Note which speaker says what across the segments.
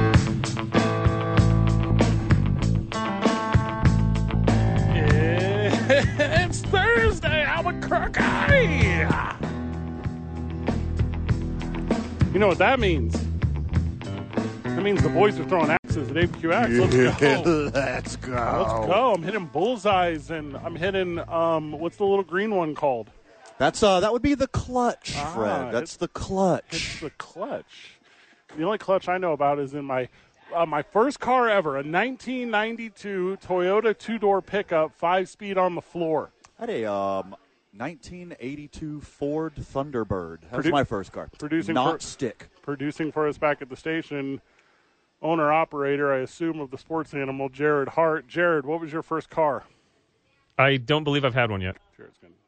Speaker 1: It's Thursday, Albuquerque. You know what that means? That means the boys are throwing axes at APQX. Let's go.
Speaker 2: Let's
Speaker 1: Let's
Speaker 2: go.
Speaker 1: go. I'm hitting bullseyes and I'm hitting um what's the little green one called?
Speaker 2: That's uh, that would be the clutch, Fred.
Speaker 1: Ah, it's-
Speaker 2: That's the
Speaker 1: It's
Speaker 2: clutch.
Speaker 1: the clutch. The only clutch I know about is in my uh, my first car ever, a 1992 Toyota two-door pickup, five-speed on the floor.
Speaker 2: I had a um, 1982 Ford Thunderbird. That was
Speaker 1: Produ-
Speaker 2: my first car.
Speaker 1: producing
Speaker 2: not
Speaker 1: for-
Speaker 2: stick.
Speaker 1: producing for us back at the station, owner operator, I assume, of the sports animal, Jared Hart. Jared, what was your first car?
Speaker 3: I don't believe I've had one yet.
Speaker 1: Jared's going to.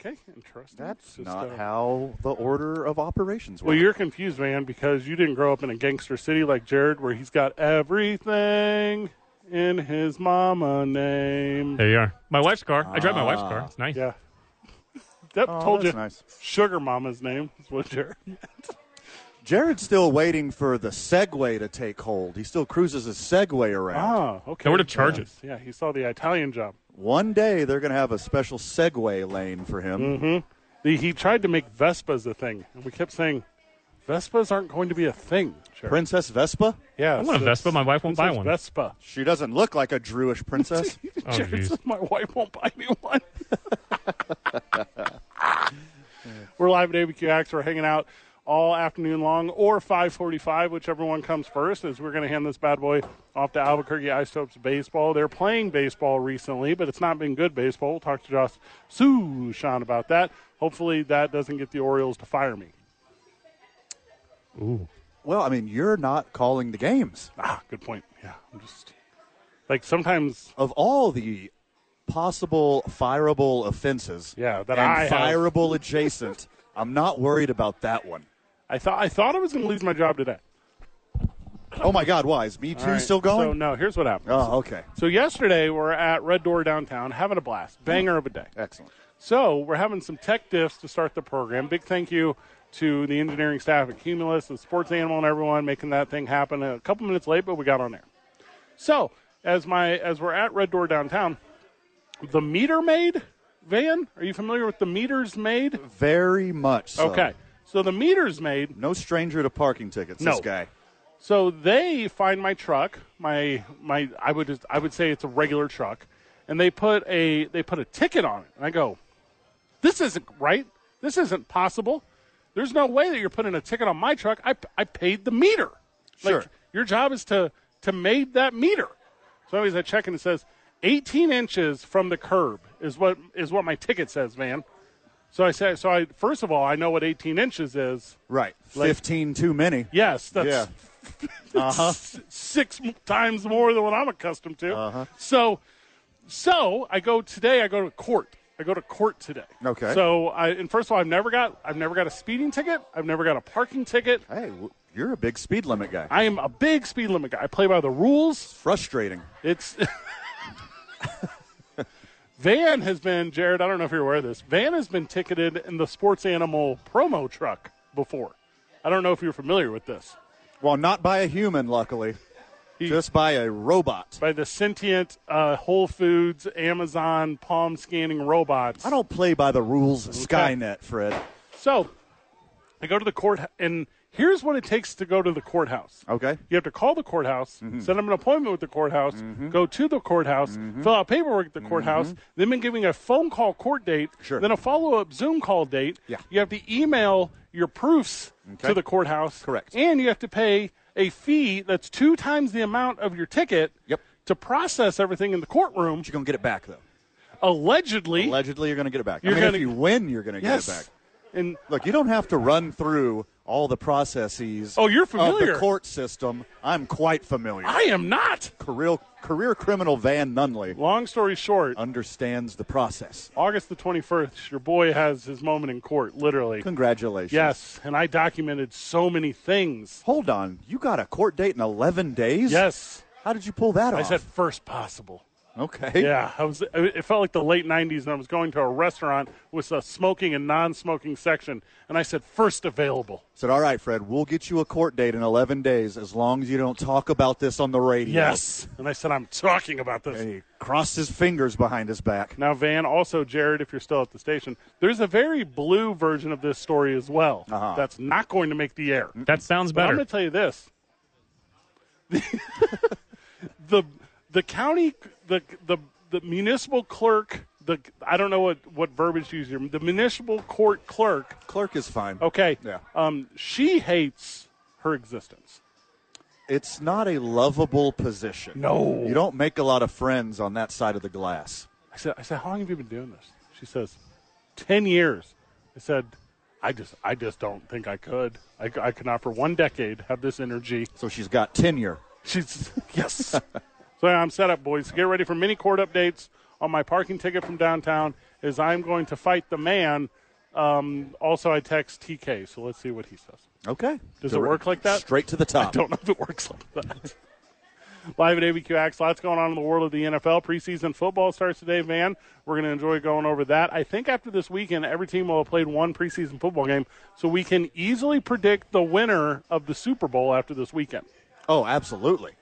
Speaker 1: Okay, interesting.
Speaker 2: That's
Speaker 1: Just,
Speaker 2: not
Speaker 1: uh,
Speaker 2: how the order of operations work.
Speaker 1: Well, you're confused, man, because you didn't grow up in a gangster city like Jared, where he's got everything in his mama name.
Speaker 3: There you are. My wife's car. I drive my wife's car. It's nice.
Speaker 1: Ah. Yeah. That
Speaker 2: Oh,
Speaker 1: told you.
Speaker 2: that's nice.
Speaker 1: Sugar Mama's name is what Jared.
Speaker 2: Jared's still waiting for the Segway to take hold. He still cruises his Segway around.
Speaker 1: Ah, okay.
Speaker 3: Nowhere to charge it.
Speaker 1: Yeah, he saw the Italian job.
Speaker 2: One day they're going to have a special Segway lane for him.
Speaker 1: Mm-hmm. The, he tried to make Vespas a thing, and we kept saying, Vespas aren't going to be a thing. Jared."
Speaker 2: Princess Vespa?
Speaker 1: yeah,
Speaker 3: I want a
Speaker 1: so
Speaker 3: Vespa. My wife won't buy
Speaker 1: Princess
Speaker 3: one.
Speaker 1: Vespa.
Speaker 2: She doesn't look like a Druish princess.
Speaker 3: Oh,
Speaker 1: Jared
Speaker 3: jeez.
Speaker 1: says, my wife won't buy me one. We're live at ABQX. We're hanging out all afternoon long, or 5:45, whichever one comes first. As we're going to hand this bad boy off to Albuquerque Isotopes baseball. They're playing baseball recently, but it's not been good baseball. We'll talk to Josh Sushan about that. Hopefully, that doesn't get the Orioles to fire me.
Speaker 2: well, I mean, you're not calling the games.
Speaker 1: Ah, good point. Yeah, I'm just like sometimes.
Speaker 2: Of all the possible fireable offenses,
Speaker 1: Yeah, that
Speaker 2: and
Speaker 1: I have.
Speaker 2: fireable adjacent, I'm not worried about that one.
Speaker 1: I thought I thought I was going to lose my job today.
Speaker 2: Oh my God, why is Me Too
Speaker 1: All right,
Speaker 2: still
Speaker 1: So
Speaker 2: going?
Speaker 1: no, here's what happened.
Speaker 2: oh, okay,
Speaker 1: So yesterday we're at Red Door downtown, having a blast, banger of a day.
Speaker 2: excellent.
Speaker 1: So we're having some tech diffs to start the program. Big thank you to the engineering staff at Cumulus, the sports animal, and everyone making that thing happen. A couple minutes late, but we got on there. So as my as we're at Red Door downtown, the meter maid van. Are you familiar with the meters maid?
Speaker 2: Very much. So.
Speaker 1: Okay. So the meters maid
Speaker 2: No stranger to parking tickets.
Speaker 1: No.
Speaker 2: This guy.
Speaker 1: So they find my truck, my my I would just, I would say it's a regular truck, and they put a they put a ticket on it. And I go, this isn't right. This isn't possible. There's no way that you're putting a ticket on my truck. I I paid the meter.
Speaker 2: Sure.
Speaker 1: Like your job is to to made that meter. So anyways, I check and it says 18 inches from the curb is what is what my ticket says, man. So I say so I first of all I know what 18 inches is.
Speaker 2: Right.
Speaker 1: Like-
Speaker 2: Fifteen too many.
Speaker 1: Yes, that's
Speaker 2: Yeah. Uh-huh.
Speaker 1: s- six m- times more than what I'm accustomed to.
Speaker 2: Uh-huh.
Speaker 1: So, so I go today. I go to court. I go to court today.
Speaker 2: Okay.
Speaker 1: So, I, and first of all, I've never got I've never got a speeding ticket. I've never got a parking ticket.
Speaker 2: Hey, w- you're a big speed limit guy.
Speaker 1: I am a big speed limit guy. I play by the rules.
Speaker 2: Frustrating.
Speaker 1: It's Van has been Jared. I don't know if you're aware of this. Van has been ticketed in the sports animal promo truck before. I don't know if you're familiar with this.
Speaker 2: Well, not by a human, luckily. Just by a robot.
Speaker 1: by the sentient uh, Whole Foods, Amazon palm scanning robots.
Speaker 2: I don't play by the rules of Skynet, Fred.
Speaker 1: So I go to the court, and here's what it takes to go to the courthouse.
Speaker 2: Okay.
Speaker 1: You have to call the courthouse,
Speaker 2: Mm-hmm.
Speaker 1: set up an appointment with the courthouse, go to the courthouse,
Speaker 2: Mm-hmm.
Speaker 1: fill out paperwork at the courthouse, then been giving a phone call court date,
Speaker 2: Sure.
Speaker 1: then a follow up Zoom call date.
Speaker 2: Yeah.
Speaker 1: You have to email your proofs to
Speaker 2: Okay.
Speaker 1: the courthouse.
Speaker 2: Correct.
Speaker 1: And you have to pay a fee that's two times the amount of your ticket
Speaker 2: Yep.
Speaker 1: to process everything in the courtroom.
Speaker 2: You're gonna get it back, though.
Speaker 1: allegedly.
Speaker 2: Allegedly, you're gonna get it back.
Speaker 1: You're
Speaker 2: I mean,
Speaker 1: gonna-
Speaker 2: if you win, you're gonna
Speaker 1: yes.
Speaker 2: get it back.
Speaker 1: And
Speaker 2: Look, you don't have to run through all the processes.
Speaker 1: Oh, you're
Speaker 2: Of
Speaker 1: familiar.
Speaker 2: the court system. I'm quite familiar.
Speaker 1: I am not.
Speaker 2: career career criminal Van Nunley
Speaker 1: Long story short,
Speaker 2: understands the process.
Speaker 1: August the 21st, your boy has his moment in court, literally.
Speaker 2: Congratulations.
Speaker 1: Yes, and I documented so many things.
Speaker 2: Hold on. You got a court date in 11 days?
Speaker 1: Yes,
Speaker 2: How did you pull that
Speaker 1: I
Speaker 2: off?
Speaker 1: said first possible.
Speaker 2: okay.
Speaker 1: Yeah, I was. It felt like the late '90s, and I was going to a restaurant with a smoking and non-smoking section, and I said first available.
Speaker 2: Said, all right, Fred, we'll get you a court date in 11 days as long as you don't talk about this on the radio.
Speaker 1: Yes, and I said I'm talking about this.
Speaker 2: And he crossed his fingers behind his back.
Speaker 1: Now, Van, also Jared, if you're still at the station, there's a very blue version of this story as well.
Speaker 2: Uh-huh. Mm-hmm.
Speaker 1: That's not going to make the air.
Speaker 3: That sounds
Speaker 1: But I'm
Speaker 3: better.
Speaker 1: going to tell you this: the the county, the the the municipal clerk, the I don't know what what verbiage to use here. The municipal court clerk.
Speaker 2: Clerk is fine.
Speaker 1: Okay.
Speaker 2: Yeah.
Speaker 1: Um, she hates her existence.
Speaker 2: It's not a lovable position.
Speaker 1: No.
Speaker 2: You don't make a lot of friends on that side of the glass.
Speaker 1: I said, I said, how long have you been doing this? She says, ten years. I said, I just, I just don't think I could. I, c- I could not for one decade have this energy.
Speaker 2: So she's got tenure.
Speaker 1: She's yes. so I'm set up, boys. Get ready for mini court updates on my parking ticket from downtown. Is I'm going to fight the man. Um, also, I text TK. So let's see what he says.
Speaker 2: Okay.
Speaker 1: Does it work like that?
Speaker 2: Straight to the top.
Speaker 1: don't know if it works like that. Live at ABQ Axe, lots going on in the world of the NFL. Preseason football starts today, Van. We're going to enjoy going over that. I think after this weekend, every team will have played one preseason football game, so we can easily predict the winner of the Super Bowl after this weekend.
Speaker 2: Oh, absolutely.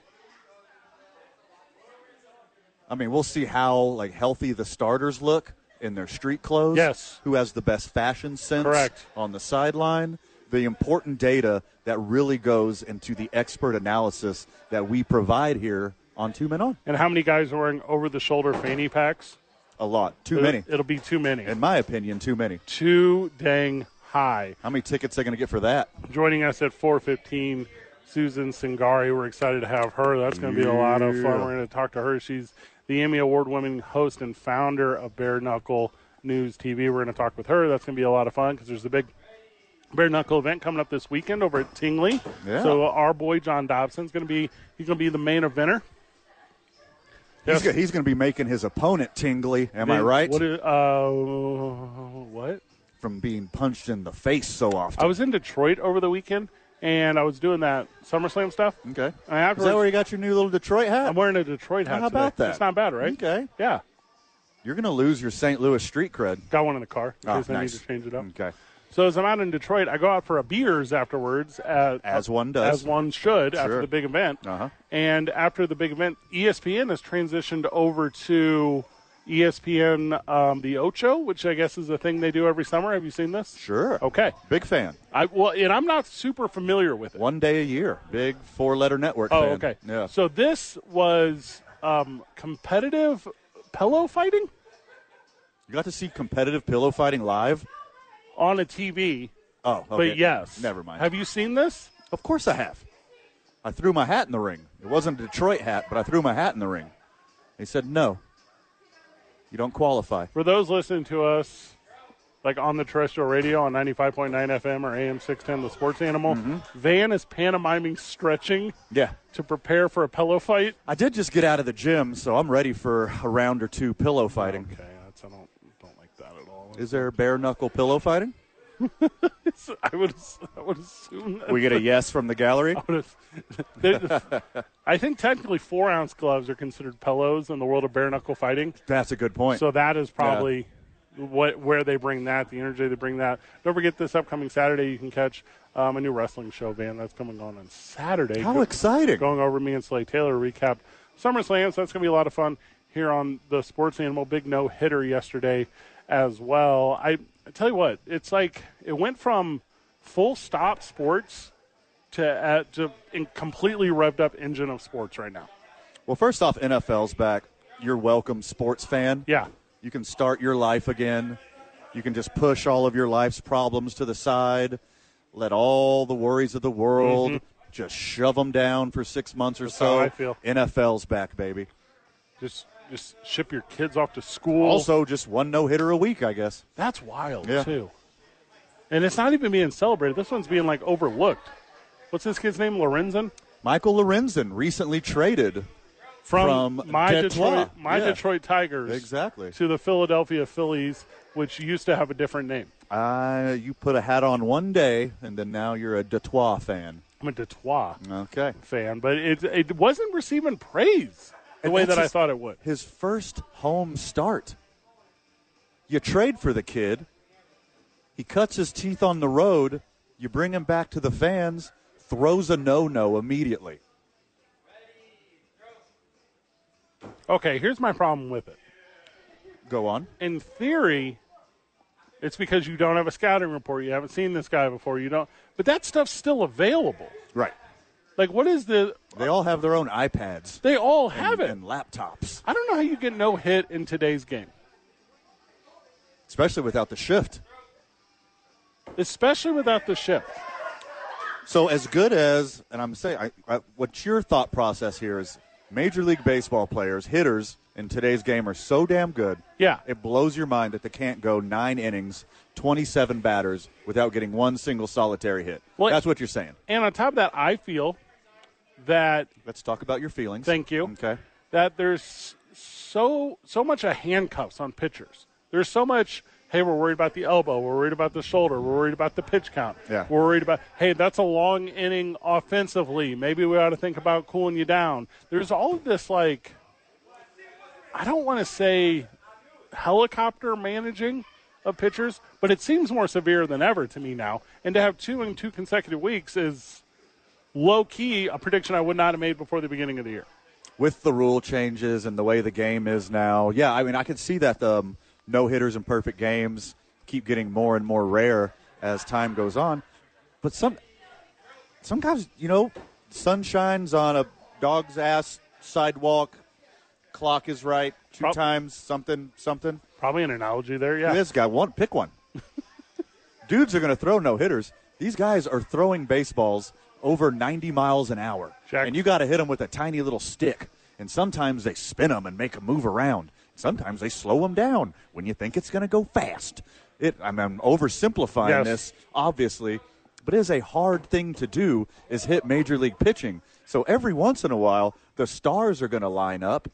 Speaker 2: I mean, we'll see how like healthy the starters look in their street clothes.
Speaker 1: Yes.
Speaker 2: Who has the best fashion sense
Speaker 1: Correct.
Speaker 2: on the sideline? The important data that really goes into the expert analysis that we provide here on Two Men On.
Speaker 1: And how many guys are wearing over the shoulder fanny packs?
Speaker 2: A lot. Too many.
Speaker 1: It'll be too many.
Speaker 2: In my opinion, too many.
Speaker 1: too dang high.
Speaker 2: How many tickets are they going to get for that?
Speaker 1: Joining us at 4:15, Susan Singari. We're excited to have her. That's going to be a lot of fun. We're going to talk to her. She's the Emmy Award-winning host and founder of Bare Knuckle News TV. We're going to talk with her. That's going to be a lot of fun because there's a big Bare Knuckle event coming up this weekend over at Tingley.
Speaker 2: Yeah.
Speaker 1: So our boy John Dobson's going to be he's going to be the main eventer.
Speaker 2: He's go- He's going to be making his opponent tingly. Am I right?
Speaker 1: What? Is, uh, what?
Speaker 2: From being punched in the face so often.
Speaker 1: I was in Detroit over the weekend, and I was doing that SummerSlam stuff.
Speaker 2: okay.
Speaker 1: And
Speaker 2: Is
Speaker 1: afterwards,
Speaker 2: that where you got your new little Detroit hat?
Speaker 1: I'm wearing a Detroit hat.
Speaker 2: How about
Speaker 1: today.
Speaker 2: that?
Speaker 1: It's not bad, right?
Speaker 2: Okay.
Speaker 1: Yeah,
Speaker 2: You're going to lose your St. Louis street cred.
Speaker 1: got one in the car in
Speaker 2: Ah,
Speaker 1: case I need
Speaker 2: nice.
Speaker 1: to change it up.
Speaker 2: Okay.
Speaker 1: So as I'm out in Detroit, I go out for a beers afterwards, at,
Speaker 2: As one does.
Speaker 1: as one should after
Speaker 2: Sure.
Speaker 1: the big event.
Speaker 2: Uh-huh.
Speaker 1: And after the big event, E ESPN has transitioned over to E ESPN um, the Ocho, which I guess is a thing they do every summer. Have you seen this?
Speaker 2: Sure.
Speaker 1: Okay.
Speaker 2: Big fan.
Speaker 1: I well, and I'm not super familiar with it.
Speaker 2: One day a year. Big four letter network
Speaker 1: Oh,
Speaker 2: fan.
Speaker 1: okay.
Speaker 2: Yeah.
Speaker 1: So this was um, competitive pillow fighting
Speaker 2: you got to see competitive pillow fighting live?
Speaker 1: on a TV.
Speaker 2: Oh, okay.
Speaker 1: But yes.
Speaker 2: Never mind.
Speaker 1: Have you seen this?
Speaker 2: of course I have. I threw my hat in the ring. It wasn't a Detroit hat, but I threw my hat in the ring. They said, no. You don't qualify.
Speaker 1: For those listening to us, like on the terrestrial radio on 95.9 FM or AM 610, the sports animal, Van is pantomiming stretching
Speaker 2: Yeah.
Speaker 1: to prepare for a pillow fight.
Speaker 2: I did just get out of the gym, so I'm ready for a round or two pillow fighting.
Speaker 1: Okay, that's, I don't, don't like that at all.
Speaker 2: Is there bare knuckle pillow fighting?
Speaker 1: I would, I would assume that.
Speaker 2: We get a yes from the gallery?
Speaker 1: I think technically four ounce gloves are considered pillows in the world of bare knuckle fighting.
Speaker 2: That's a good point.
Speaker 1: So that is probably what where they bring that, the energy they bring that. Don't forget this upcoming Saturday you can catch um, a new wrestling show, Van. That's coming on on Saturday.
Speaker 2: How
Speaker 1: Go-
Speaker 2: exciting.
Speaker 1: Going over me and Slay Taylor recap SummerSlam. So that's going to be a lot of fun here on the Sports Animal. Big no hitter yesterday as well. I, I tell you what, it's like it went from full stop sports to uh, to in completely revved up engine of sports right now.
Speaker 2: Well, first off, NFL's back. You're welcome, sports fan.
Speaker 1: Yeah.
Speaker 2: You can start your life again. You can just push all of your life's problems to the side. Let all the worries of the world just shove them down for six months or so.
Speaker 1: how I feel.
Speaker 2: NFL's back, baby.
Speaker 1: Just just ship your kids off to school.
Speaker 2: Also, just one no hitter a week, I guess.
Speaker 1: That's wild
Speaker 2: Yeah.
Speaker 1: too. And it's not even being celebrated. This one's being like overlooked. What's this kid's name? Lorenzen
Speaker 2: Michael Lorenzen recently traded
Speaker 1: from,
Speaker 2: From
Speaker 1: my
Speaker 2: Detroit.
Speaker 1: Detroit, my
Speaker 2: Yeah.
Speaker 1: Detroit Tigers,
Speaker 2: Exactly.
Speaker 1: to the Philadelphia Phillies, which used to have a different name.
Speaker 2: Uh, you put a hat on one day, and then now you're a Detroit fan.
Speaker 1: I'm a Detroit
Speaker 2: Okay.
Speaker 1: fan, but it it wasn't receiving praise the
Speaker 2: And
Speaker 1: way
Speaker 2: that's
Speaker 1: that I
Speaker 2: his-
Speaker 1: thought it would.
Speaker 2: His first home start. You trade for the kid. He cuts his teeth on the road. You bring him back to the fans. Throws a no-no immediately.
Speaker 1: Okay, here's my problem with it.
Speaker 2: Go on.
Speaker 1: in theory, it's because you don't have a scouting report. You haven't seen this guy before. You don't, but that stuff's still available.
Speaker 2: Right.
Speaker 1: Like, what is the?
Speaker 2: They all have their own iPads
Speaker 1: They all
Speaker 2: and,
Speaker 1: have it.
Speaker 2: and laptops,
Speaker 1: I don't know how you get no hit in today's game,
Speaker 2: especially without the shift.
Speaker 1: especially without the shift.
Speaker 2: So as good as, and I'm saying, I, I, what your thought process here is, Major League Baseball players, hitters in today's game are so damn good.
Speaker 1: Yeah.
Speaker 2: it blows your mind that they can't go nine innings, 27 batters without getting one single solitary hit.
Speaker 1: Well-
Speaker 2: That's what you're saying.
Speaker 1: And on top of that, I feel that
Speaker 2: Let's talk about your feelings.
Speaker 1: Thank you.
Speaker 2: Okay,
Speaker 1: that there's so so much of handcuffs on pitchers. There's so much. Hey, we're worried about the elbow. We're worried about the shoulder. We're worried about the pitch count.
Speaker 2: Yeah.
Speaker 1: We're worried about hey, that's a long inning offensively. Maybe we ought to think about cooling you down. There's all of this like, I don't want to say helicopter managing of pitchers, but it seems more severe than ever to me now. And to have two in two consecutive weeks is low key a prediction I would not have made before the beginning of the year.
Speaker 2: with the rule changes and the way the game is now, yeah, I mean, I could see that the um, no hitters and perfect games keep getting more and more rare as time goes on. But some, sometimes you know, sun shines on a dog's ass sidewalk. Clock is right. Two
Speaker 1: Prob-
Speaker 2: times something something.
Speaker 1: Probably an analogy there, yeah.
Speaker 2: This guy one pick one. Dudes are going to throw no hitters. These guys are throwing baseballs over 90 miles an hour,
Speaker 1: Jack-
Speaker 2: and you got to hit them with a tiny little stick. And sometimes they spin them and make them move around. Sometimes they slow them down when you think it's going to go fast. It, I mean, I'm oversimplifying
Speaker 1: Yes.
Speaker 2: this, obviously, but it is a hard thing to do. Is hit major league pitching. So every once in a while, the stars are going to line up,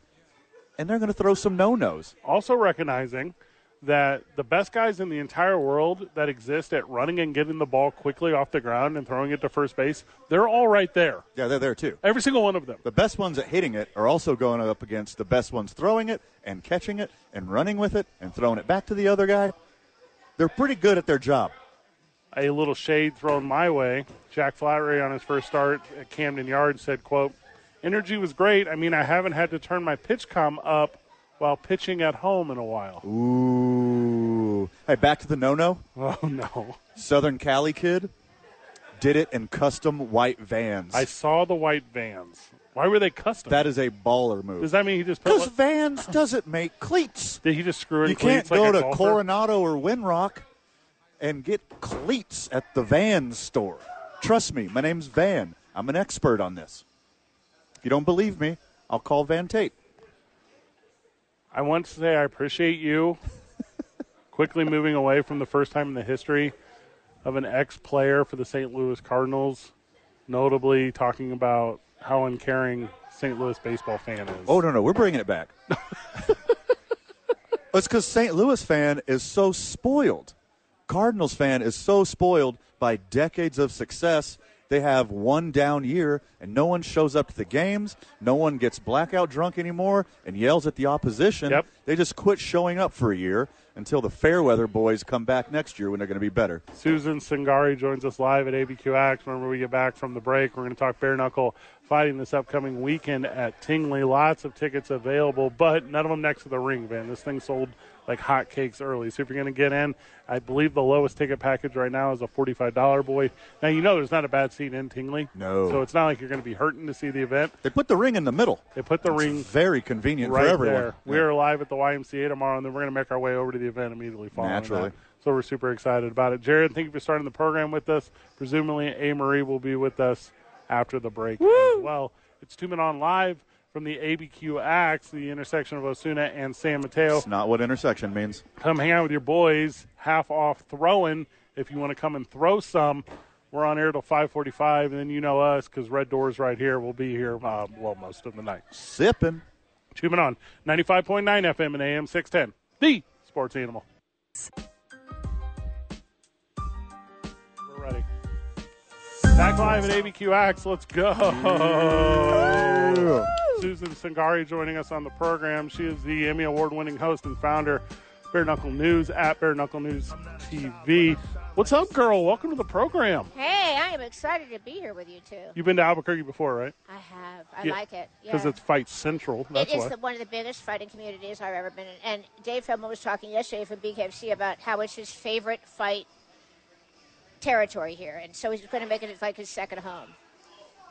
Speaker 2: and they're going to throw some no nos.
Speaker 1: Also recognizing that the best guys in the entire world that exist at running and getting the ball quickly off the ground and throwing it to first base, they're all right there.
Speaker 2: Yeah, they're there too.
Speaker 1: Every single one of them.
Speaker 2: The best ones at hitting it are also going up against the best ones throwing it and catching it and running with it and throwing it back to the other guy. They're pretty good at their job.
Speaker 1: A little shade thrown my way. Jack Flattery on his first start at Camden Yards said, quote, Energy was great. I mean, I haven't had to turn my pitch com up while pitching at home in a while.
Speaker 2: Ooh. Hey, back to the no no.
Speaker 1: Oh, no.
Speaker 2: Southern Cali kid did it in custom white vans.
Speaker 1: I saw the white vans. Why were they custom?
Speaker 2: that is a baller
Speaker 1: Does
Speaker 2: move.
Speaker 1: that mean he just put
Speaker 2: Because vans doesn't make cleats.
Speaker 1: Did he just screw in
Speaker 2: You can't
Speaker 1: cleats like
Speaker 2: go
Speaker 1: a
Speaker 2: to
Speaker 1: golfer?
Speaker 2: Coronado or Winrock and get cleats at the Van store. Trust me, my name's Van. I'm an expert on this. If you don't believe me, I'll call Van Tate.
Speaker 1: I want to say I appreciate you quickly moving away from the first time in the history of an ex player for the St. Louis Cardinals, notably talking about how uncaring St. Louis baseball fan is.
Speaker 2: Oh no, no, we're bringing it back. it's because St. Louis fan is so spoiled. Cardinals fan is so spoiled by decades of success. They have one down year, and no one shows up to the games. No one gets blackout drunk anymore and yells at the opposition.
Speaker 1: Yep.
Speaker 2: They just quit showing up for a year until the Fairweather boys come back next year when they're going to be better.
Speaker 1: Susan Singari joins us live at ABQX. Whenever we get back from the break, we're going to talk bare knuckle fighting this upcoming weekend at Tingley. Lots of tickets available, but none of them next to the ring, man. This thing sold like hotcakes early. So if you're going to get in, I believe the lowest ticket package right now is a $45 boy. Now, you know there's not a bad seat in Tingley.
Speaker 2: No.
Speaker 1: So it's not like you're going to be hurting to see the event.
Speaker 2: They put the ring in the middle.
Speaker 1: They put the
Speaker 2: It's
Speaker 1: ring
Speaker 2: very convenient
Speaker 1: right
Speaker 2: for everyone.
Speaker 1: there. We are live at the YMCA tomorrow, and then we're going to make our way over to the event immediately following.
Speaker 2: Naturally.
Speaker 1: that. So we're super excited about it. Jared, thank you for starting the program with us. Presumably, A. Marie will be with us after the break as well. It's Two Men On Live from the ABQ Axe, the intersection of Osuna and San Mateo.
Speaker 2: It's not what intersection means.
Speaker 1: Come hang out with your boys. Half off throwing If you want to come and throw some, we're on air till 5:45, and then you know us because Red Door's right here. We'll be here uh, well most of the night.
Speaker 2: Sipping.
Speaker 1: Tuning on 95.9 FM and AM 610. The Sports Animal. We're ready. Back live at ABQX. Let's go. Susan Singari joining us on the program. She is the Emmy Award winning host and founder of Bare Knuckle News at Bare Knuckle News TV. What's up, girl? Welcome to the program.
Speaker 4: Hey, I am excited to be here with you two.
Speaker 1: You've been to Albuquerque before, right?
Speaker 4: I have. I
Speaker 1: Yeah,
Speaker 4: like it.
Speaker 1: Because
Speaker 4: yeah.
Speaker 1: it's Fight Central. That's
Speaker 4: it is
Speaker 1: why.
Speaker 4: the, one of the biggest fighting communities I've ever been in. And Dave Hellman was talking yesterday from BKFC about how it's his favorite fight territory here. And so he's going to make it like his second home.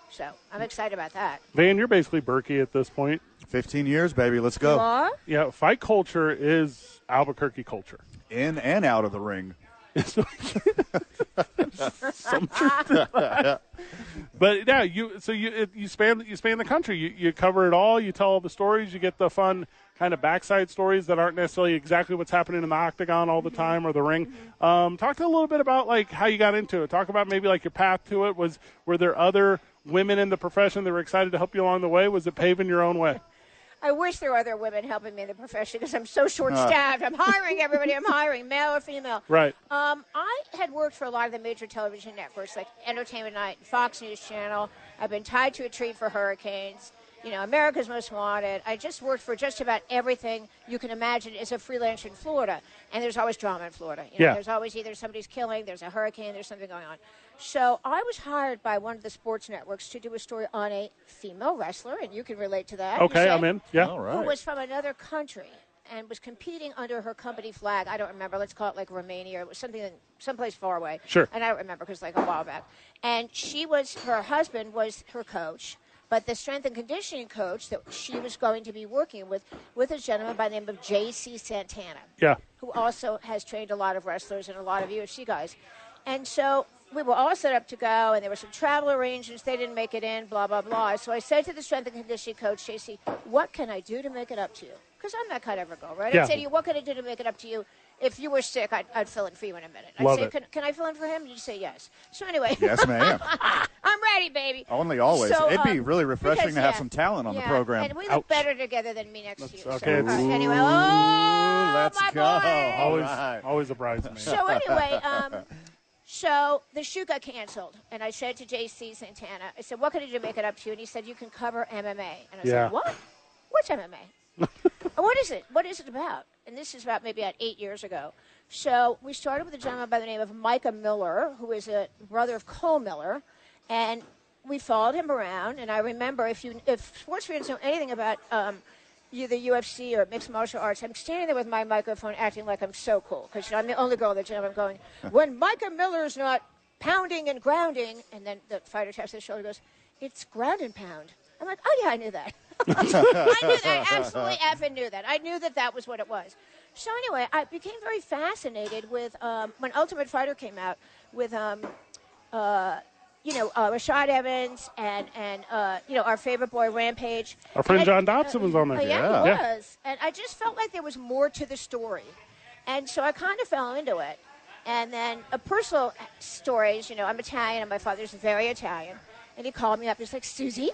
Speaker 4: So I'm excited about that.
Speaker 1: Van, you're basically Berkey at this point.
Speaker 2: 15 years, baby. Let's
Speaker 1: Oh.
Speaker 2: go.
Speaker 1: Yeah, fight culture is Albuquerque culture.
Speaker 2: In and out of the ring.
Speaker 1: But yeah, you so you it, you span you span the country. You, you cover it all. You tell all the stories. You get the fun kind of backside stories that aren't necessarily exactly what's happening in the octagon all the time or the ring. Um, talk a little bit about like how you got into it. Talk about maybe like your path to it. Was were there other women in the profession that were excited to help you along the way? Was it paving your own way?
Speaker 4: I wish there were other women helping me in the profession because I'm so short staffed. I'm hiring everybody. I'm hiring male or female.
Speaker 1: Uh. Right.
Speaker 4: Um, I had worked for a lot of the major television networks like Entertainment Tonight, Fox News Channel. I've been tied to a tree for hurricanes. You know, America's Most Wanted. I just worked for just about everything you can imagine as a freelancer in Florida. And there's always drama in Florida. You know,
Speaker 1: Yeah.
Speaker 4: There's always either somebody's killing, there's a hurricane, there's something going on. So I was hired by one of the sports networks to do a story on a female wrestler, and you can relate to that. you
Speaker 1: Okay,
Speaker 4: say?
Speaker 1: I'm in. Yeah.
Speaker 2: All
Speaker 4: who
Speaker 2: right.
Speaker 4: was from another country and was competing under her company flag. I don't remember. Let's call it like Romania. It was something in someplace far away.
Speaker 1: Sure.
Speaker 4: And I don't remember because like a while back. And she was her husband was her coach, but the strength and conditioning coach that she was going to be working with with a gentleman by the name of J.C. Santana
Speaker 1: Yeah.
Speaker 4: who also has trained a lot of wrestlers and a lot of UFC guys. And so we were all set up to go, and there were some travel arrangements. They didn't make it in, blah, blah, blah. So I said to the strength and conditioning coach, JC, what can I do to make it up to you? Because I'm that kind of a girl, right?
Speaker 1: Yeah.
Speaker 4: I'd say to you, what can I do to make it up to you? If you were sick, I'd, I'd fill in for you in a minute. I'd
Speaker 1: Love
Speaker 4: say,
Speaker 1: it.
Speaker 4: Can, can I fill in for him? You'd say yes. So anyway,
Speaker 2: Yes, ma'am.
Speaker 4: I'm ready, baby.
Speaker 2: Only always.
Speaker 4: So,
Speaker 2: It'd be
Speaker 4: um,
Speaker 2: really refreshing
Speaker 4: because,
Speaker 2: to have
Speaker 4: yeah.
Speaker 2: some talent on the
Speaker 4: Yeah.
Speaker 2: program.
Speaker 4: And we look
Speaker 1: Ouch.
Speaker 4: better together than me next to you.
Speaker 1: okay.
Speaker 4: So, all right,
Speaker 1: Ooh,
Speaker 4: anyway, oh,
Speaker 2: let's
Speaker 4: my
Speaker 2: go.
Speaker 4: boy.
Speaker 1: Always
Speaker 2: Right.
Speaker 1: always a bridesmaid.
Speaker 4: So anyway, um, so the shoot got canceled, and I said to JC Santana, I said, "What can I do to make it up to you?" And he said, "You can cover MMA." And I
Speaker 1: Yeah.
Speaker 4: said, "What? What's MMA? what is it? What is it about?" And this is about maybe about eight years ago. So we started with a gentleman by the name of Micah Miller, who is a brother of Cole Miller, and we followed him around. And I remember, if you if sports fans know anything about um, you the UFC or mixed martial arts, I'm standing there with my microphone acting like I'm so cool because you know, I'm the only girl in the gym. I'm going, when Micah Miller's not pounding and grounding, and then the fighter taps his shoulder and goes, it's ground and pound. I'm like, oh yeah, I knew that. I knew that. I absolutely effing knew that. I knew that that was what it was. So anyway, I became very fascinated with um, when Ultimate Fighter came out with um, you know, uh, Rashad Evans and and uh, you know our favorite boy Rampage.
Speaker 1: Our friend
Speaker 4: And I-
Speaker 1: John Dobson was on there.
Speaker 4: Oh, yeah, he
Speaker 1: Yeah.
Speaker 4: was. And I just felt like there was more to the story, and so I kind of fell into it. And then a personal stories. You know, I'm Italian, and my father's very Italian. And he called me up. He's like, Susie,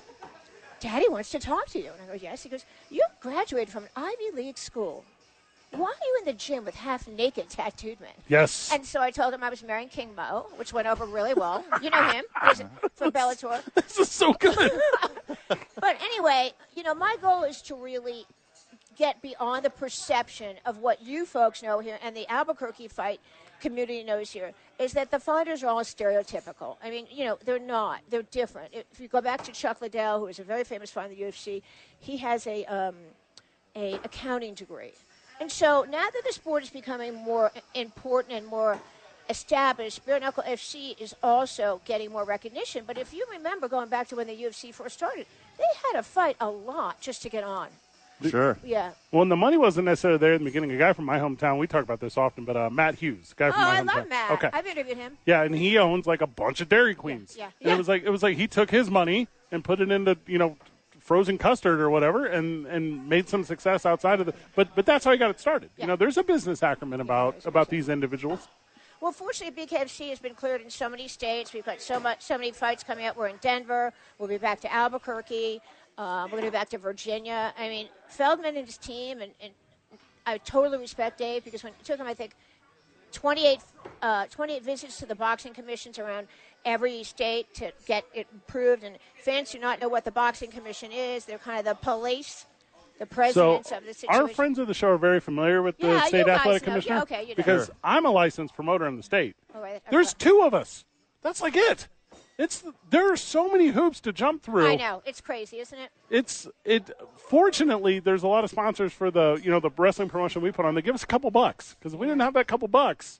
Speaker 4: Daddy wants to talk to you. And I go, Yes. He goes, You graduated from an Ivy League school. Why are you in the gym with half naked tattooed men?
Speaker 1: yes.
Speaker 4: And so I told him I was marrying King Mo, which went over really well. You know him he was from Bellator.
Speaker 1: this is so good.
Speaker 4: But anyway, you know, my goal is to really get beyond the perception of what you folks know here and the Albuquerque fight community knows here is that the fighters are all stereotypical. I mean, you know, they're not. They're different. If you go back to Chuck Liddell, who is a very famous fighter in the UFC, he has a um, a accounting degree. And so now that the sport is becoming more important and more established, bare knuckle FC is also getting more recognition. But if you remember going back to when the UFC first started, they had to fight a lot just to get on.
Speaker 2: sure.
Speaker 4: Yeah.
Speaker 1: Well, and the money wasn't necessarily there in the beginning. A guy from my hometown, we talk about this often, but uh, Matt Hughes, guy
Speaker 4: Oh,
Speaker 1: from my
Speaker 4: I
Speaker 1: hometown.
Speaker 4: love Matt.
Speaker 1: Okay,
Speaker 4: I've interviewed him.
Speaker 1: yeah, and he owns like a bunch of Dairy Queens.
Speaker 4: yeah,
Speaker 1: And
Speaker 4: yeah.
Speaker 1: it was like it was like he took his money and put it into you know frozen custard or whatever, and and made some success outside of the. But but that's how he got it started.
Speaker 4: Yeah.
Speaker 1: You know, there's a business acumen about
Speaker 4: there's a
Speaker 1: about these individuals.
Speaker 4: Well, fortunately, BKFC has been cleared in so many states. We've got so much, so many fights coming up. We're in Denver. We'll be back to Albuquerque. Uh, we're going to be back to Virginia. I mean, Feldman and his team, and, and I totally respect Dave because when it took him, I think, 28, uh, 28 visits to the boxing commissions around every state to get it approved. And fans do not know what the boxing commission is. They're kind of the police, the
Speaker 1: So
Speaker 4: presidents of the situation.
Speaker 1: our friends of the show are very familiar with the
Speaker 4: Yeah, you
Speaker 1: state
Speaker 4: guys
Speaker 1: athletic
Speaker 4: know. Yeah,
Speaker 1: commissioner
Speaker 4: okay, you know.
Speaker 1: because
Speaker 4: Sure.
Speaker 1: I'm a licensed promoter in the state.
Speaker 4: Oh, right.
Speaker 1: There's two of us. That's like it. It's there are so many hoops to jump through.
Speaker 4: I know it's crazy, isn't it?
Speaker 1: It's it. Fortunately, there's a lot of sponsors for the you know the wrestling promotion we put on. They give us a couple bucks because if we didn't have that couple bucks,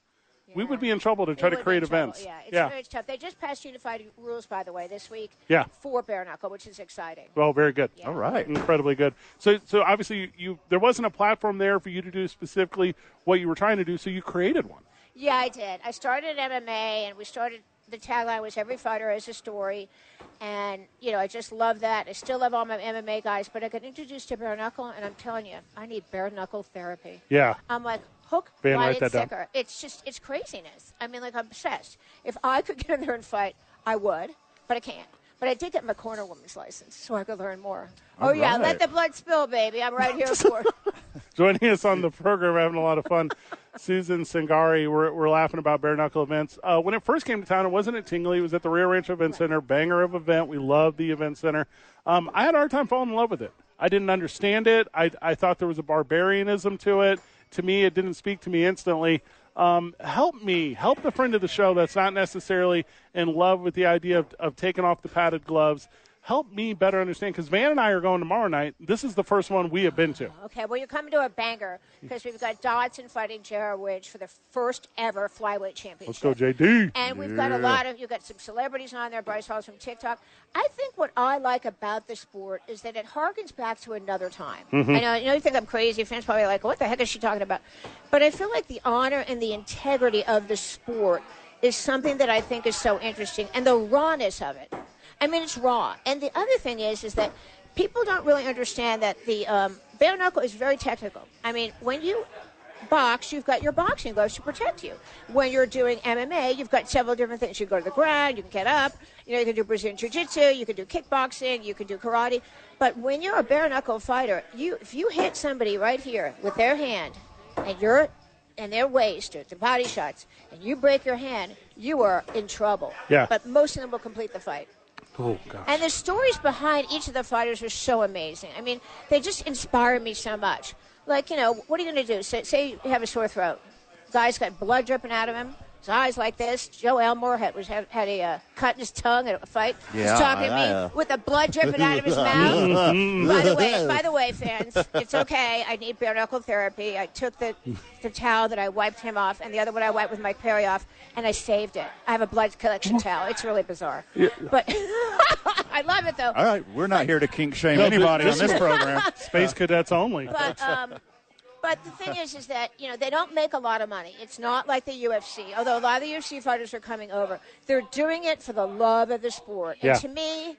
Speaker 1: we would be in trouble to try
Speaker 4: They
Speaker 1: to
Speaker 4: would be
Speaker 1: create
Speaker 4: in trouble.
Speaker 1: events.
Speaker 4: Yeah, it's, it's tough. They just passed unified rules, by the way, this week.
Speaker 1: Yeah.
Speaker 4: For bare knuckle, which is exciting.
Speaker 1: Well, very good.
Speaker 2: All right.
Speaker 1: incredibly good. So, so obviously, you, you there wasn't a platform there for you to do specifically what you were trying to do, so you created one.
Speaker 4: Yeah, I did. I started in MMA, and we started. The tagline was "Every fighter has a story," and you know I just love that. I still love all my MMA guys, but I got introduced to bare knuckle, and I'm telling you, I need bare knuckle therapy.
Speaker 1: Yeah.
Speaker 4: I'm like hook,
Speaker 1: Ben,
Speaker 4: line,
Speaker 1: write that
Speaker 4: and
Speaker 1: down.
Speaker 4: sinker. It's just it's craziness. I mean, like I'm obsessed. If I could get in there and fight, I would, but I can't. But I did get my corner woman's license, so I could learn more. oh yeah,
Speaker 2: right.
Speaker 4: let the blood spill, baby. I'm right here for it.
Speaker 1: Joining us on the program, we're having a lot of fun. Susan Singari, we're, we're laughing about bare knuckle events. Uh, when it first came to town, it wasn't at Tingley. It was at the Rio Rancho Event Center. Banger of event. We love the event center. Um, I had a hard time falling in love with it. I didn't understand it. I, I thought there was a barbarianism to it. To me, it didn't speak to me instantly. Um, help me, help the friend of the show that's not necessarily in love with the idea of, of taking off the padded gloves. Help me better understand because Van and I are going tomorrow night. This is the first one we have been to.
Speaker 4: Okay, well, you're coming to a banger because we've got Dodson fighting Jared Ridge for the first ever flyweight championship.
Speaker 1: Let's go, JD.
Speaker 4: And we've got a lot of, you've got some celebrities on there. Bryce Hall's from TikTok. I think what I like about the sport is that it harkens back to another time. I know, you know, you think I'm crazy. Fans probably like, what the heck is she talking about? But I feel like the honor and the integrity of the sport is something that I think is so interesting and the rawness of it. I mean, it's raw. And the other thing is, is that people don't really understand that the um, bare knuckle is very technical. I mean, when you box, you've got your boxing gloves to protect you. When you're doing MMA, you've got several different things. You go to the ground, you can get up, you know, you can do Brazilian jiu-jitsu, you can do kickboxing, you can do karate. But when you're a bare knuckle fighter, you if you hit somebody right here with their hand and your and their waist or the body shots and you break your hand, you are in trouble.
Speaker 1: Yeah.
Speaker 4: But most of them will complete the fight. And the stories behind each of the fighters are so amazing. I mean, they just inspire me so much. Like, you know, what are you going to do? Say, say you have a sore throat. Guy's got blood dripping out of him. His eyes like this. Joe Elmore had was had, had a uh, cut in his tongue at a fight.
Speaker 2: Yeah,
Speaker 4: He's talking to me
Speaker 2: I, uh,
Speaker 4: with the blood dripping out of his mouth. by the way, by the way, fans, it's okay. I need bare knuckle therapy. I took the the towel that I wiped him off, and the other one I wiped with Mike Perry off, and I saved it. I have a blood collection towel. It's really bizarre, but I love it though.
Speaker 2: All right, we're not here to kink shame anybody on this program.
Speaker 1: Space cadets only.
Speaker 4: But um, but the thing is, is that you know they don't make a lot of money. It's not like the UFC, although a lot of the UFC fighters are coming over. They're doing it for the love of the sport, and
Speaker 1: Yeah.
Speaker 4: to me,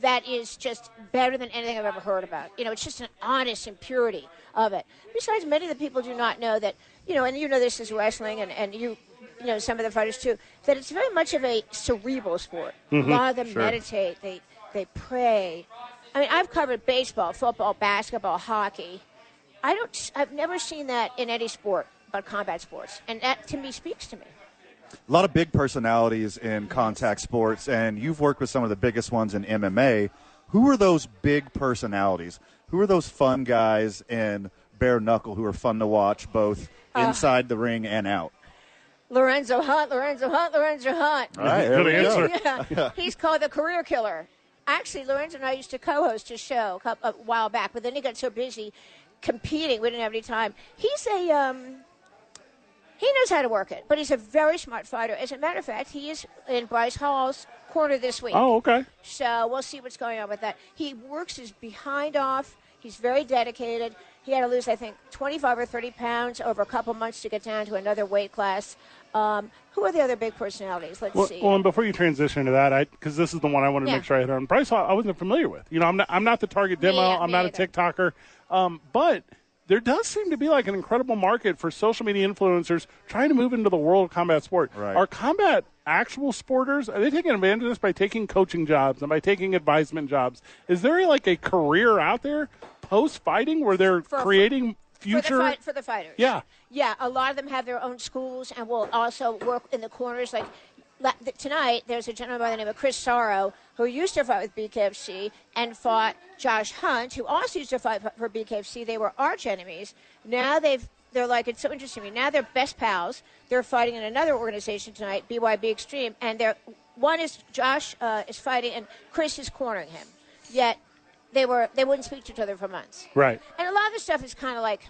Speaker 4: that is just better than anything I've ever heard about. You know, it's just an honest and purity of it. Besides, many of the people do not know that. You know, and you know this is wrestling, and and you. You know some of the fighters too. That it's very much of a cerebral sport. A lot of them meditate. They they pray. I mean, I've covered baseball, football, basketball, hockey. I don't. I've never seen that in any sport but combat sports, and that to me speaks to me.
Speaker 2: A lot of big personalities in contact sports, and you've worked with some of the biggest ones in MMA. Who are those big personalities? Who are those fun guys in bare knuckle who are fun to watch both inside the ring and out?
Speaker 4: Lorenzo Hunt, Lorenzo Hunt, Lorenzo Hunt.
Speaker 2: All right,
Speaker 1: Good
Speaker 2: there we go.
Speaker 1: answer.
Speaker 4: Yeah, he's called the career killer. Actually, Lorenzo and I used to co-host a show a, cou- a while back, but then he got so busy competing, we didn't have any time. He's a um, he knows how to work it, but he's a very smart fighter. As a matter of fact, he is in Bryce Hall's corner this week.
Speaker 1: Oh, okay.
Speaker 4: So we'll see what's going on with that. He works his behind off. He's very dedicated. He had to lose, I think, 25 or 30 pounds over a couple months to get down to another weight class. Um, who are the other big personalities? Let's
Speaker 1: Well,
Speaker 4: see.
Speaker 1: well, and before you transition to that, because this is the one I wanted to
Speaker 4: Yeah.
Speaker 1: make sure I hit on. Bryce, Hall, I wasn't familiar with. You know, I'm not, I'm not the target demo.
Speaker 4: yeah,
Speaker 1: I'm
Speaker 4: me
Speaker 1: not a
Speaker 4: either.
Speaker 1: TikToker. Um, but there does seem to be like an incredible market for social media influencers trying to move into the world of combat sport.
Speaker 2: Right.
Speaker 1: Are combat actual sporters are they taking advantage of this by taking coaching jobs and by taking advisement jobs? Is there like a career out there post fighting where they're
Speaker 4: For-
Speaker 1: creating
Speaker 4: for the,
Speaker 1: future?
Speaker 4: fight, for the fighters.
Speaker 1: Yeah.
Speaker 4: Yeah, a lot of them have their own schools and will also work in the corners. Like la- th- tonight, there's a gentleman by the name of Chris Sorrow who used to fight with BKFC and fought Josh Hunt, who also used to fight f- for BKFC. They were arch enemies. Now they've they're like it's so interesting to me. Now they're best pals. They're fighting in another organization tonight, BYB Extreme, and they're one is Josh uh, is fighting and Chris is cornering him. Yet they were they wouldn't speak to each other for months.
Speaker 1: Right.
Speaker 4: And a lot of this stuff is kind of like,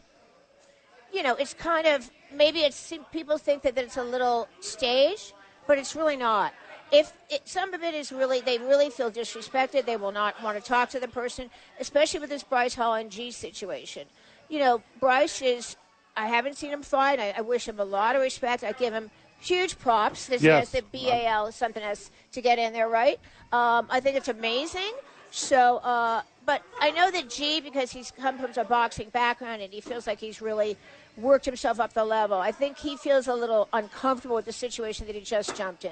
Speaker 4: you know, it's kind of maybe it's people think that, that it's a little stage, but it's really not. If it, some of it is really, they really feel disrespected. They will not want to talk to the person, especially with this Bryce Hall and G situation. You know, Bryce is. I haven't seen him fight. I, I wish him a lot of respect. I give him huge props. This
Speaker 1: Yes.
Speaker 4: has the BAL something has to get in there, right? Um, I think it's amazing. So, uh, but I know that G, because he's come from a boxing background and he feels like he's really worked himself up the level, I think he feels a little uncomfortable with the situation that he just jumped in.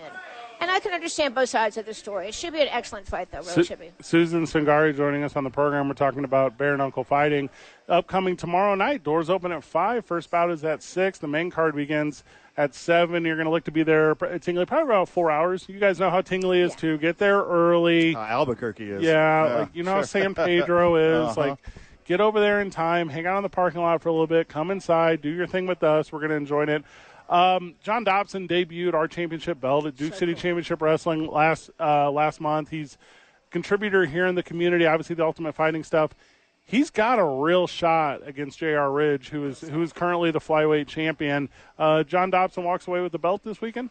Speaker 4: And I can understand both sides of the story. It should be an excellent fight, though. Really
Speaker 1: Su-
Speaker 4: should be.
Speaker 1: Susan Singari joining us on the program. We're talking about Bear and Uncle fighting. Upcoming tomorrow night, doors open at 5. First bout is at 6. The main card begins at 7. You're going to look to be there, pr- at Tingley, probably about four hours. You guys know how Tingley is,
Speaker 4: Yeah.
Speaker 1: too. Get there early.
Speaker 2: Uh, Albuquerque is.
Speaker 1: Yeah, Uh-huh. like you know how San Pedro is. Like, get over there in time, hang out in the parking lot for a little bit, come inside, do your thing with us. We're gonna enjoy it. Um, John Dobson debuted our championship belt at Duke City Championship Wrestling last uh, last month. He's contributor here in the community. Obviously, the Ultimate Fighting stuff. He's got a real shot against J.R. Ridge, who is who is currently the flyweight champion. Uh, John Dobson walks away with the belt this weekend.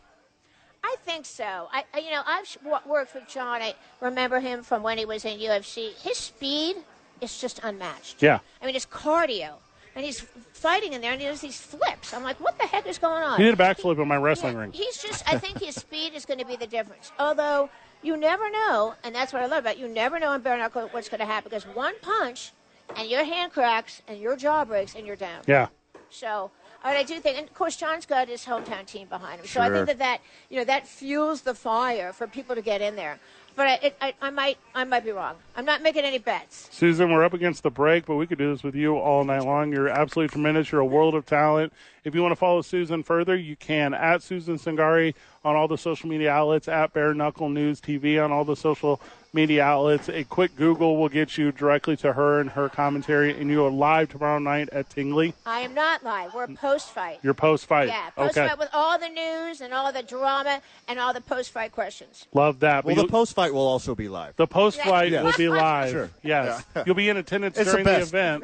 Speaker 4: I think so. I, I- you know, I've sh- wo- worked with John. I remember him from when he was in UFC. His speed is just unmatched.
Speaker 1: Yeah.
Speaker 4: I mean, his cardio, and he's fighting in there, and he does these flips. I'm like, what the heck is going on?
Speaker 1: He did a backflip in my wrestling
Speaker 4: Yeah,
Speaker 1: ring.
Speaker 4: He's just. I think his speed is going to be the difference. Although you never know, and that's what I love about it, you never know in bare knuckle what's going to happen because one punch, and your hand cracks, and your jaw breaks, and you're down.
Speaker 1: Yeah.
Speaker 4: So, but I do think, and of course, John's got his hometown team behind him. So I
Speaker 2: Sure.
Speaker 4: think that that you know that fuels the fire for people to get in there. But I, it, I, I might, I might be wrong. I'm not making any bets.
Speaker 1: Susan, we're up against the break, but we could do this with you all night long. You're absolutely tremendous. You're a world of talent. If you want to follow Susan further, you can at Susan Singari on all the social media outlets, at Bare Knuckle News TV on all the social media outlets. A quick Google will get you directly to her and her commentary, and you are live tomorrow night at Tingley.
Speaker 4: I am not lying. We're post fight.
Speaker 1: Your post fight.
Speaker 4: Yeah, post
Speaker 1: okay.
Speaker 4: fight with all the news and all the drama and all the post fight questions.
Speaker 1: Love that.
Speaker 2: Well,
Speaker 1: But
Speaker 2: the
Speaker 1: you-
Speaker 2: post fight will also be live.
Speaker 1: the post fight
Speaker 2: Yeah.
Speaker 1: will be live.
Speaker 2: Sure.
Speaker 1: Yes. You'll be in attendance
Speaker 2: It's the
Speaker 1: during the
Speaker 2: best.
Speaker 1: event.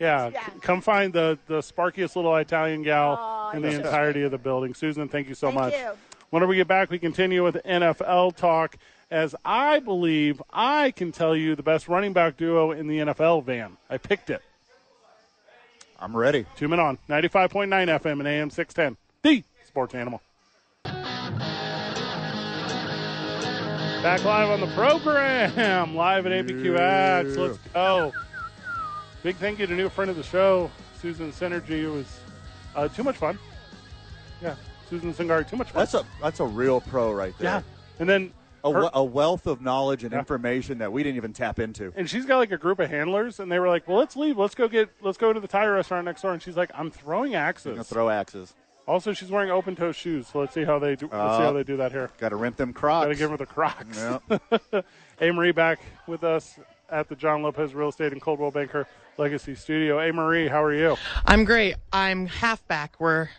Speaker 1: Yeah,
Speaker 4: Yeah.
Speaker 1: c- come find the the sparkiest little Italian gal
Speaker 4: Aw,
Speaker 1: in the
Speaker 4: you're so
Speaker 1: entirety of the building. Susan, thank you so
Speaker 4: Thank
Speaker 1: much.
Speaker 4: you.
Speaker 1: Whenever we get back, we continue with NFL talk. As I believe I can tell you the best running back duo in the NFL, Van. I picked it.
Speaker 2: I'm ready.
Speaker 1: Two men on 95.9 FM and AM 610. The sports animal. Back live on the program, live at ABQX. Let's go. Big thank you to new friend of the show, Susan Synergy. It was uh, too much fun. Yeah, Susan Singari, too much fun.
Speaker 2: That's a that's a real pro right there.
Speaker 1: yeah. And then,
Speaker 2: A,
Speaker 1: her-
Speaker 2: we- a wealth of knowledge and information that we didn't even tap into.
Speaker 1: and she's got like a group of handlers, and they were like, "Well, let's leave. Let's go get. Let's go to the Thai restaurant next door." And she's like, "I'm throwing
Speaker 2: Gonna
Speaker 1: axes."
Speaker 2: throw axes.
Speaker 1: Also, she's wearing open toe shoes, so let's see how they do. let's see
Speaker 2: Uh,
Speaker 1: how they do that here.
Speaker 2: Got to rent them Crocs.
Speaker 1: Got to give her the Crocs.
Speaker 2: Yeah.
Speaker 1: A. Marie back with us at the John Lopez Real Estate and Coldwell Banker Legacy Studio. A. Marie, how are you?
Speaker 5: I'm great. I'm halfback. We're.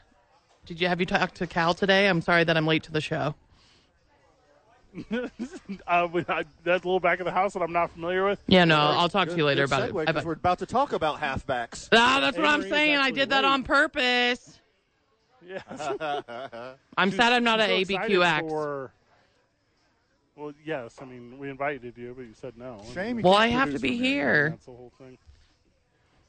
Speaker 5: Did you have you talked to Cal today? I'm sorry that I'm late to the show.
Speaker 1: Uh, we- I- that's a little back of the house that I'm not familiar with.
Speaker 5: Yeah, no, I'll talk to you later
Speaker 2: Good
Speaker 5: about it.
Speaker 2: segue,
Speaker 5: I-
Speaker 2: 'cause we're about to talk about halfbacks.
Speaker 5: Ah, that's what I'm
Speaker 1: Avery is
Speaker 5: saying. I
Speaker 1: actually
Speaker 5: did that
Speaker 1: late.
Speaker 5: on purpose.
Speaker 1: Yes.
Speaker 5: I'm sad I'm not at
Speaker 1: She's so excited
Speaker 5: ABQX.
Speaker 1: for- well, yes. I mean, we invited you, but you said no.
Speaker 2: Shame you
Speaker 5: well,
Speaker 2: can't
Speaker 5: I have to
Speaker 2: produce
Speaker 5: be
Speaker 2: from here.
Speaker 5: here.
Speaker 1: That's the whole thing.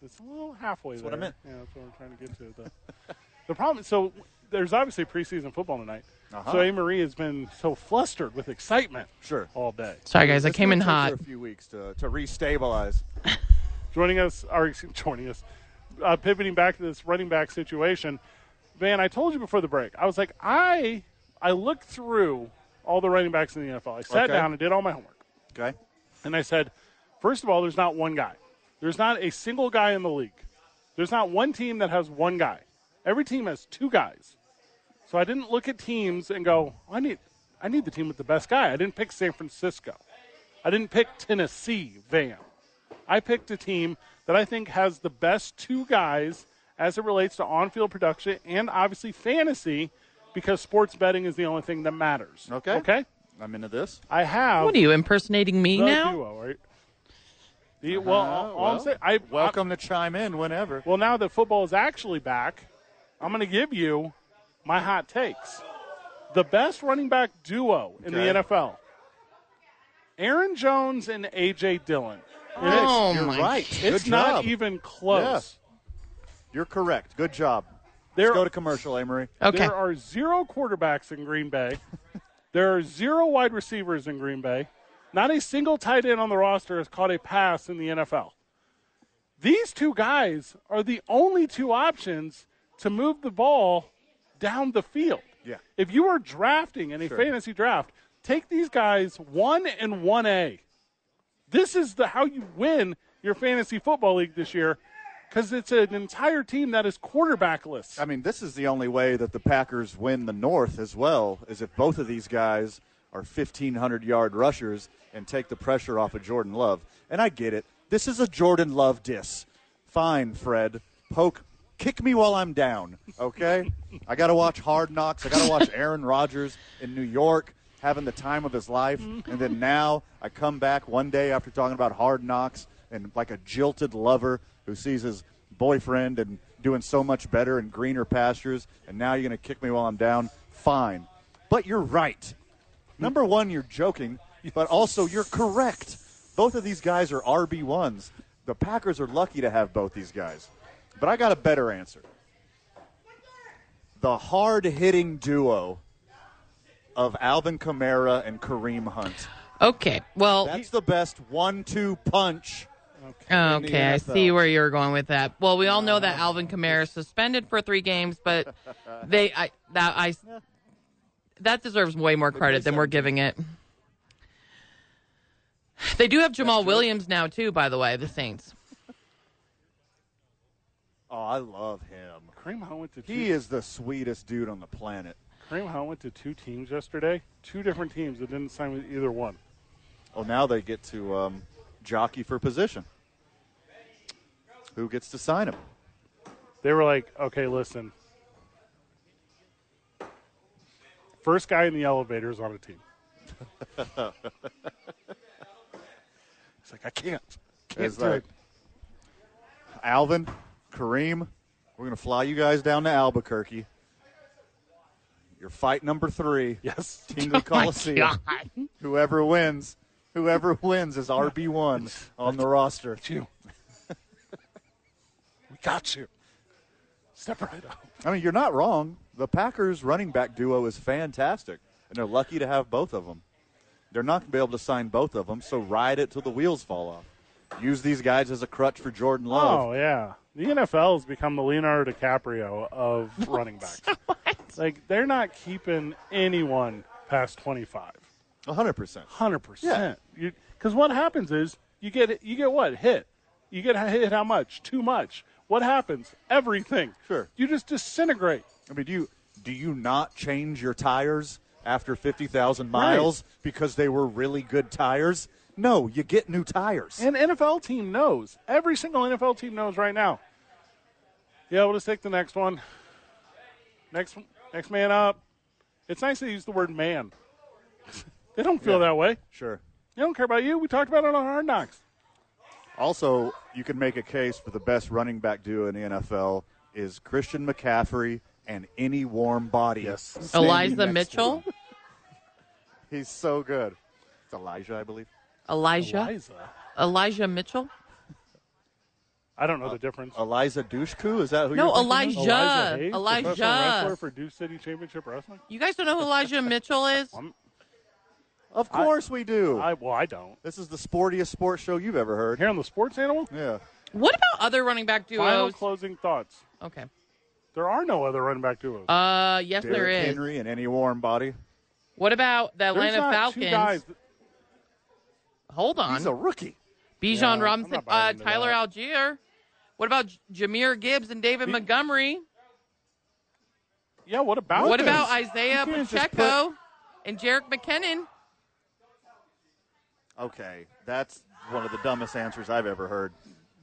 Speaker 1: It's a little halfway
Speaker 2: what
Speaker 1: there.
Speaker 2: I meant.
Speaker 1: Yeah, that's what I'm trying to get to. The, the problem. So there's obviously preseason football tonight.
Speaker 2: Uh-huh.
Speaker 1: So A. Marie has been so flustered with excitement.
Speaker 2: Sure.
Speaker 1: All day.
Speaker 5: Sorry, guys. I
Speaker 2: It's
Speaker 5: came in
Speaker 2: gonna take
Speaker 5: hot.
Speaker 2: her A few weeks to to restabilize.
Speaker 1: Joining us, or excuse- joining us, uh, pivoting back to this running back situation, man, I told you before the break. I was like, I I looked through all the running backs in the NFL. I sat
Speaker 2: Okay.
Speaker 1: down and did all my homework,
Speaker 2: Okay.
Speaker 1: and I said, first of all, there's not one guy. There's not a single guy in the league. There's not one team that has one guy. Every team has two guys. So I didn't look at teams and go, I need I need the team with the best guy. I didn't pick San Francisco. I didn't pick Tennessee, Van. I picked a team that I think has the best two guys as it relates to on field production and obviously fantasy because sports betting is the only thing that matters.
Speaker 2: Okay.
Speaker 1: Okay?
Speaker 2: I'm into this.
Speaker 1: I have
Speaker 5: What are you impersonating me
Speaker 1: the
Speaker 5: now?
Speaker 1: duo, right? The, well, all, all I'm saying, I, I-
Speaker 2: Uh-huh, Welcome to chime in whenever.
Speaker 1: well, now that football is actually back, I'm going to give you my hot takes. The best running back duo in
Speaker 2: Okay.
Speaker 1: the NFL Aaron Jones and A.J. Dillon.
Speaker 5: Oh
Speaker 2: You're
Speaker 5: my!
Speaker 2: right.
Speaker 1: It's
Speaker 2: Good
Speaker 1: not
Speaker 2: job.
Speaker 1: even close.
Speaker 2: You're correct. Good job.
Speaker 1: There,
Speaker 2: Let's go to commercial, Amory.
Speaker 5: Okay.
Speaker 1: there are zero quarterbacks in Green Bay, there are zero wide receivers in Green Bay. Not a single tight end on the roster has caught a pass in the NFL. These two guys are the only two options to move the ball down the field.
Speaker 2: Yeah.
Speaker 1: If you are drafting in a fantasy draft, take these guys one and one A. This is the how you win your fantasy football league this year, because it's an entire team that is quarterbackless.
Speaker 2: I mean, this is the only way that the Packers win the North as well, is if both of these guys are 1,500 yard rushers and take the pressure off of Jordan Love. And I get it. This is a Jordan Love diss. Fine, Fred. Poke, kick me while I'm down, okay? I got to watch Hard Knocks. I got to watch Aaron Rodgers in New York having the time of his life. And then now I come back one day after talking about Hard Knocks and like a jilted lover who sees his boyfriend and doing so much better in greener pastures, and now you're going to kick me while I'm down. Fine. But you're right. Number one, you're joking, but also you're correct. Both of these guys are RB1s. The Packers are lucky to have both these guys. But I got a better answer. The hard hitting duo of Alvin Kamara and Kareem Hunt.
Speaker 5: Okay. Well.
Speaker 2: That's the best one two punch.
Speaker 5: Okay, I
Speaker 2: NFL.
Speaker 5: see where you're going with that. Well, we all know that Alvin Kamara is suspended for three games, but they I that I that deserves way more credit than we're giving it. They do have Jamal Williams now too, by the way, the Saints.
Speaker 2: Oh, I love him.
Speaker 1: Kareem Hunt went to two,
Speaker 2: He is the sweetest dude on the planet.
Speaker 1: Kareem Hunt went to two teams yesterday, two different teams that didn't sign with either one.
Speaker 2: Oh, now they get to um, jockey for position. Who gets to sign him?
Speaker 1: They were like, "Okay, listen. First guy in the elevator is on a team." it's like I can't. Can't
Speaker 2: It's
Speaker 1: do it.
Speaker 2: like, Alvin, Kareem, we're going to fly you guys down to Albuquerque. Your fight number three,
Speaker 1: Yes.
Speaker 2: Team of the Coliseum. Whoever wins, whoever wins is RB1 on the roster.
Speaker 1: You. we got you. Step right up.
Speaker 2: I mean, you're not wrong. The Packers running back duo is fantastic, and they're lucky to have both of them. They're not going to be able to sign both of them, so ride it till the wheels fall off. Use these guys as a crutch for Jordan Love.
Speaker 1: Oh yeah, the NFL has become the Leonardo DiCaprio of running backs. Like they're not keeping anyone past twenty-five.
Speaker 2: 100%.
Speaker 1: Hundred percent. Because what happens is you get you get what hit. You get hit how much? Too much. What happens? Everything.
Speaker 2: Sure.
Speaker 1: You just disintegrate.
Speaker 2: I mean, do you, do you not change your tires after 50,000 miles because they were really good tires? No, you get new tires.
Speaker 1: And NFL team knows. Every single NFL team knows right now. Yeah, we'll just take the next one. Next next man up. It's nice they use the word man. they don't feel that way.
Speaker 2: sure.
Speaker 1: They don't care about you. We talked about it on Hard Knocks.
Speaker 2: Also, you can make a case for the best running back duo in the NFL is Christian McCaffrey and any warm body. Yes.
Speaker 5: Eliza Mitchell,
Speaker 2: He's so good. It's Elijah, I believe.
Speaker 5: Elijah,
Speaker 1: Liza.
Speaker 5: Elijah Mitchell.
Speaker 1: I don't know the difference.
Speaker 2: Eliza Dushku, is that who
Speaker 5: No,
Speaker 2: you're thinking of?
Speaker 5: Elijah.
Speaker 1: Elijah Hayes,
Speaker 5: Elijah.
Speaker 1: professional wrestler for Duke City Championship Wrestling.
Speaker 5: You guys don't know who Elijah Mitchell is?
Speaker 2: Of course we do.
Speaker 1: I well, I don't.
Speaker 2: this is the sportiest sports show you've ever heard.
Speaker 1: Here on the Sports Animal,
Speaker 2: Yeah.
Speaker 5: What about other running back
Speaker 1: Final
Speaker 5: duos?
Speaker 1: closing thoughts.
Speaker 5: Okay.
Speaker 1: There are no other running back duos.
Speaker 5: Uh, yes, there
Speaker 2: Derrick
Speaker 5: is.
Speaker 2: Henry and any warm body.
Speaker 5: What about the
Speaker 1: There's
Speaker 5: Atlanta
Speaker 1: not two guys
Speaker 5: Falcons?
Speaker 1: that-
Speaker 5: Hold on.
Speaker 2: He's a rookie.
Speaker 5: Bijan
Speaker 1: I'm not
Speaker 5: Robinson,
Speaker 1: buying
Speaker 5: uh,
Speaker 1: into
Speaker 5: Tyler
Speaker 1: that.
Speaker 5: Algier. What about J- Jameer Gibbs and David Montgomery?
Speaker 1: Yeah, what about
Speaker 5: What
Speaker 1: this?
Speaker 5: about Isaiah
Speaker 1: You can't just
Speaker 5: Pacheco and Jarek McKinnon?
Speaker 2: Okay, that's one of the dumbest answers I've ever heard.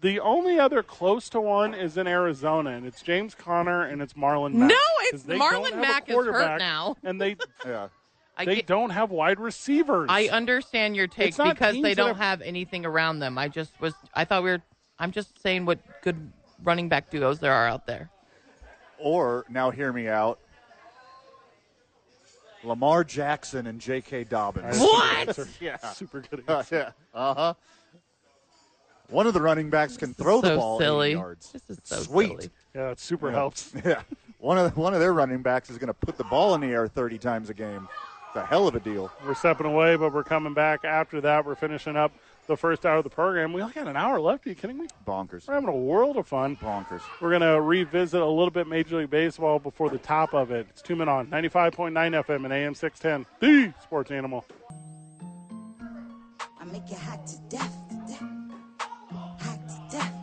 Speaker 1: The only other close to one is in Arizona, and it's James Connor and it's Marlon
Speaker 5: No,
Speaker 1: Mack.
Speaker 5: it's
Speaker 1: 'Cause they
Speaker 5: Marlon
Speaker 1: don't have a
Speaker 5: Mack is hurt
Speaker 1: quarterback,
Speaker 5: now.
Speaker 1: And they
Speaker 2: Yeah.
Speaker 5: I,
Speaker 1: they
Speaker 5: get-
Speaker 1: don't have wide receivers.
Speaker 5: I understand your take
Speaker 1: It's not
Speaker 5: because they
Speaker 1: teams that
Speaker 5: don't
Speaker 1: have-
Speaker 5: have anything around them. I just was, I thought we were, I'm just saying what good running back duos there are out there.
Speaker 2: Or now, hear me out. Lamar Jackson and J.K. Dobbins.
Speaker 5: What?
Speaker 1: yeah. Super good.
Speaker 2: Uh huh. One of the running backs can throw the
Speaker 5: so
Speaker 2: ball 80
Speaker 5: silly.
Speaker 2: yards.
Speaker 5: This is so
Speaker 2: Sweet.
Speaker 5: silly.
Speaker 1: Yeah, it super helps.
Speaker 2: Yeah. One of one of their running backs is going to put the ball in the air 30 times a game. It's a hell of a deal.
Speaker 1: We're stepping away, but we're coming back after that. We're finishing up the first hour of the program. We only got an hour left. Are you kidding me?
Speaker 2: Bonkers.
Speaker 1: We're having a world of fun.
Speaker 2: Bonkers.
Speaker 1: We're going to revisit a little bit Major League Baseball before the top of it. It's two men on 95.9 FM and AM 610, the sports animal.
Speaker 6: I make you hot to death, to death. Hot to death.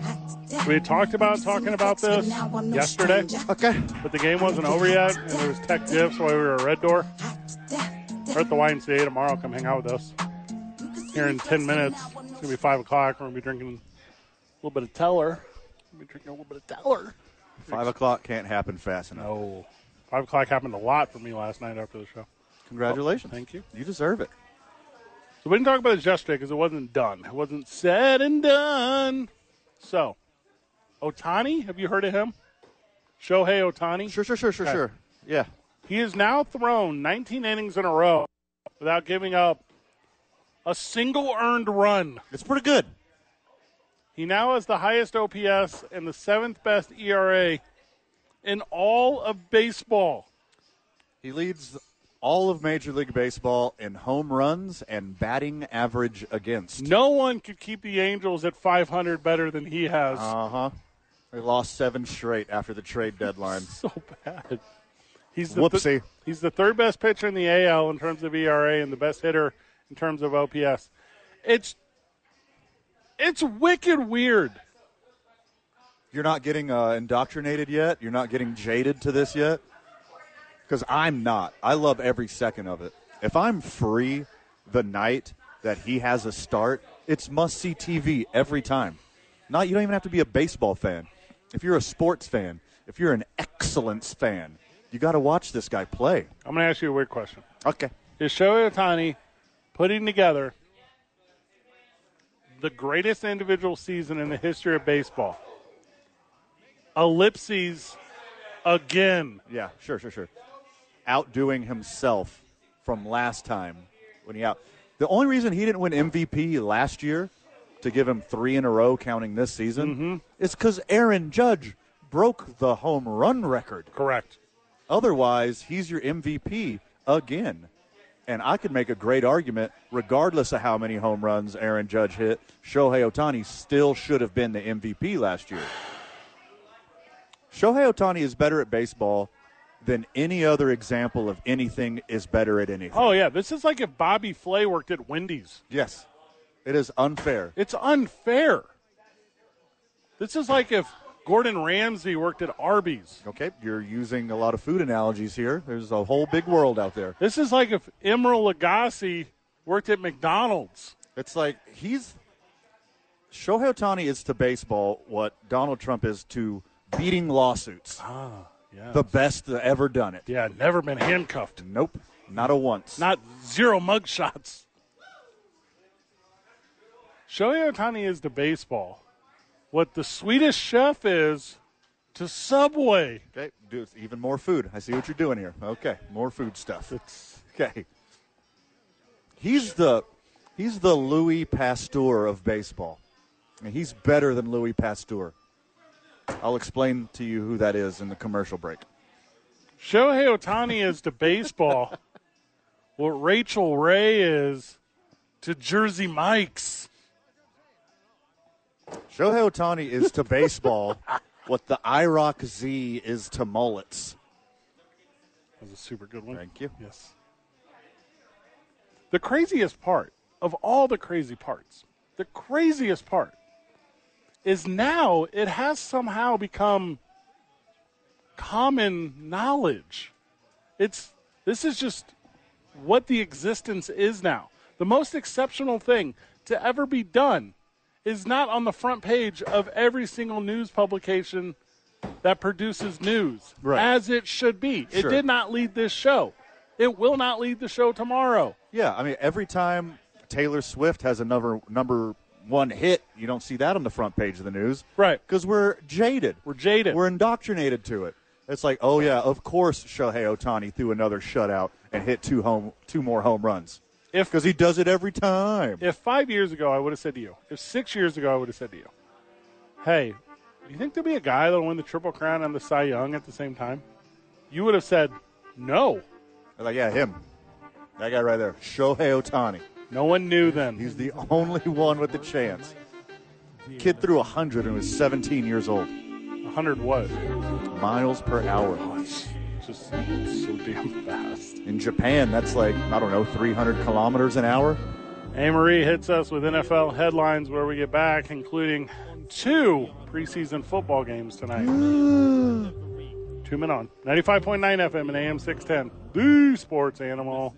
Speaker 6: Hot to death.
Speaker 1: We talked about talking about this yesterday,
Speaker 2: Okay.
Speaker 1: but the game wasn't over yet, and there was tech dips while we were at Red Door.
Speaker 6: Hot to death, to
Speaker 1: We're
Speaker 6: death.
Speaker 1: at the YMCA tomorrow. Come hang out with us
Speaker 6: You can see
Speaker 1: here in
Speaker 6: me
Speaker 1: 10 minutes. It's
Speaker 6: flexing now,
Speaker 1: going
Speaker 6: I'm
Speaker 1: to be 5 o'clock. We're going to be drinking a little bit of Teller. We're going to be drinking a little bit of Teller.
Speaker 2: Five o'clock can't happen fast enough.
Speaker 1: No. 5 o'clock happened a lot for me last night after the show.
Speaker 2: Congratulations.
Speaker 1: Thank you.
Speaker 2: You deserve it.
Speaker 1: So we didn't talk about this yesterday because it wasn't done. It wasn't said and done. So, Otani, have you heard of him? Shohei Otani.
Speaker 2: Sure, sure, sure, sure,
Speaker 1: Okay.
Speaker 2: sure. Yeah.
Speaker 1: He has now thrown 19 innings in a row without giving up a single earned run.
Speaker 2: It's pretty good.
Speaker 1: He now has the highest OPS and the seventh best ERA in all of baseball.
Speaker 2: He leads all of Major League Baseball in home runs and batting average against.
Speaker 1: No one could keep the Angels at 500 better than he has.
Speaker 2: Uh huh. They lost seven straight after the trade deadline.
Speaker 1: so bad. He's the
Speaker 2: Whoopsie.
Speaker 1: Th- he's the third best pitcher in the AL in terms of ERA and the best hitter in terms of OPS. It's it's wicked weird.
Speaker 2: You're not getting uh, indoctrinated yet. You're not getting jaded to this yet. Because I'm not. I love every second of it. If I'm free the night that he has a start, it's must see TV every time. Not you don't even have to be a baseball fan. If you're a sports fan, if you're an excellence fan, you got to watch this guy play.
Speaker 1: I'm going to ask you a weird question.
Speaker 2: Okay.
Speaker 1: Is Shohei Otani putting together the greatest individual season in the history of baseball? Ellipses again.
Speaker 2: Yeah, sure, sure, sure. Outdoing himself from last time when he out. The only reason he didn't win MVP last year to give him three in a row, counting this season, is because Aaron Judge broke the home run record.
Speaker 1: Correct.
Speaker 2: Otherwise, he's your MVP again. And I could make a great argument, regardless of how many home runs Aaron Judge hit, Shohei Otani still should have been the MVP last year. Shohei Otani is better at baseball than any other example of anything is better at anything.
Speaker 1: Oh yeah, this is like if Bobby Flay worked at Wendy's.
Speaker 2: Yes. It is unfair.
Speaker 1: It's unfair. This is like if Gordon Ramsay worked at Arby's.
Speaker 2: Okay, you're using a lot of food analogies here. There's a whole big world out there.
Speaker 1: This is like if Emeril Lagasse worked at McDonald's.
Speaker 2: It's like he's Shohei Otani is to baseball what Donald Trump is to beating lawsuits. Ah, yeah. The best that ever done it.
Speaker 1: Yeah, never been handcuffed.
Speaker 2: Nope, not a once.
Speaker 1: Not zero mugshots. Shohei Otani is to baseball what the Swedish chef is to Subway.
Speaker 2: okay, dude, it's even more food. I see what you're doing here. Okay, more food stuff.
Speaker 1: It's
Speaker 2: Okay, he's the he's the Louis Pasteur of baseball. I mean, he's better than Louis Pasteur. I'll explain to you who that is in the commercial break.
Speaker 1: Shohei Otani is to baseball what Rachel Ray is to Jersey Mike's.
Speaker 2: Shohei Otani is to baseball what the IROC Z is to mullets.
Speaker 1: That was a super good one.
Speaker 2: Thank you.
Speaker 1: Yes. The craziest part of all the crazy parts, the craziest part is now it has somehow become common knowledge. It's this is just what the existence is now. The most exceptional thing to ever be done is not on the front page of every single news publication that produces news,
Speaker 2: Right.
Speaker 1: as it should be. It
Speaker 2: Sure.
Speaker 1: did not lead this show. It will not lead the show tomorrow.
Speaker 2: Yeah, I mean, every time Taylor Swift has another number one hit, you don't see that on the front page of the news.
Speaker 1: Right.
Speaker 2: Because we're jaded.
Speaker 1: We're jaded.
Speaker 2: We're indoctrinated to it. It's like, oh, yeah, of course Shohei Otani threw another shutout and hit two home, two more home runs.
Speaker 1: If-
Speaker 2: Because he does it every time.
Speaker 1: If five years ago I would have said to you, if six years ago I would have said to you, hey, do you think there'll be a guy that'll win the Triple Crown and the Cy Young at the same time? You would have said, no.
Speaker 2: Like, yeah, him. That guy right there, Shohei Otani.
Speaker 1: No one knew then.
Speaker 2: He's the only one with a chance. Kid threw 100 and was 17 years old.
Speaker 1: 100 what?
Speaker 2: Miles per hour.
Speaker 1: Just so damn fast.
Speaker 2: In Japan, that's like, I don't know, 300 kilometers an hour.
Speaker 1: Amory hits us with NFL headlines where we get back, including two preseason football games tonight. Two men on 95.9 FM and AM 610. The sports animal.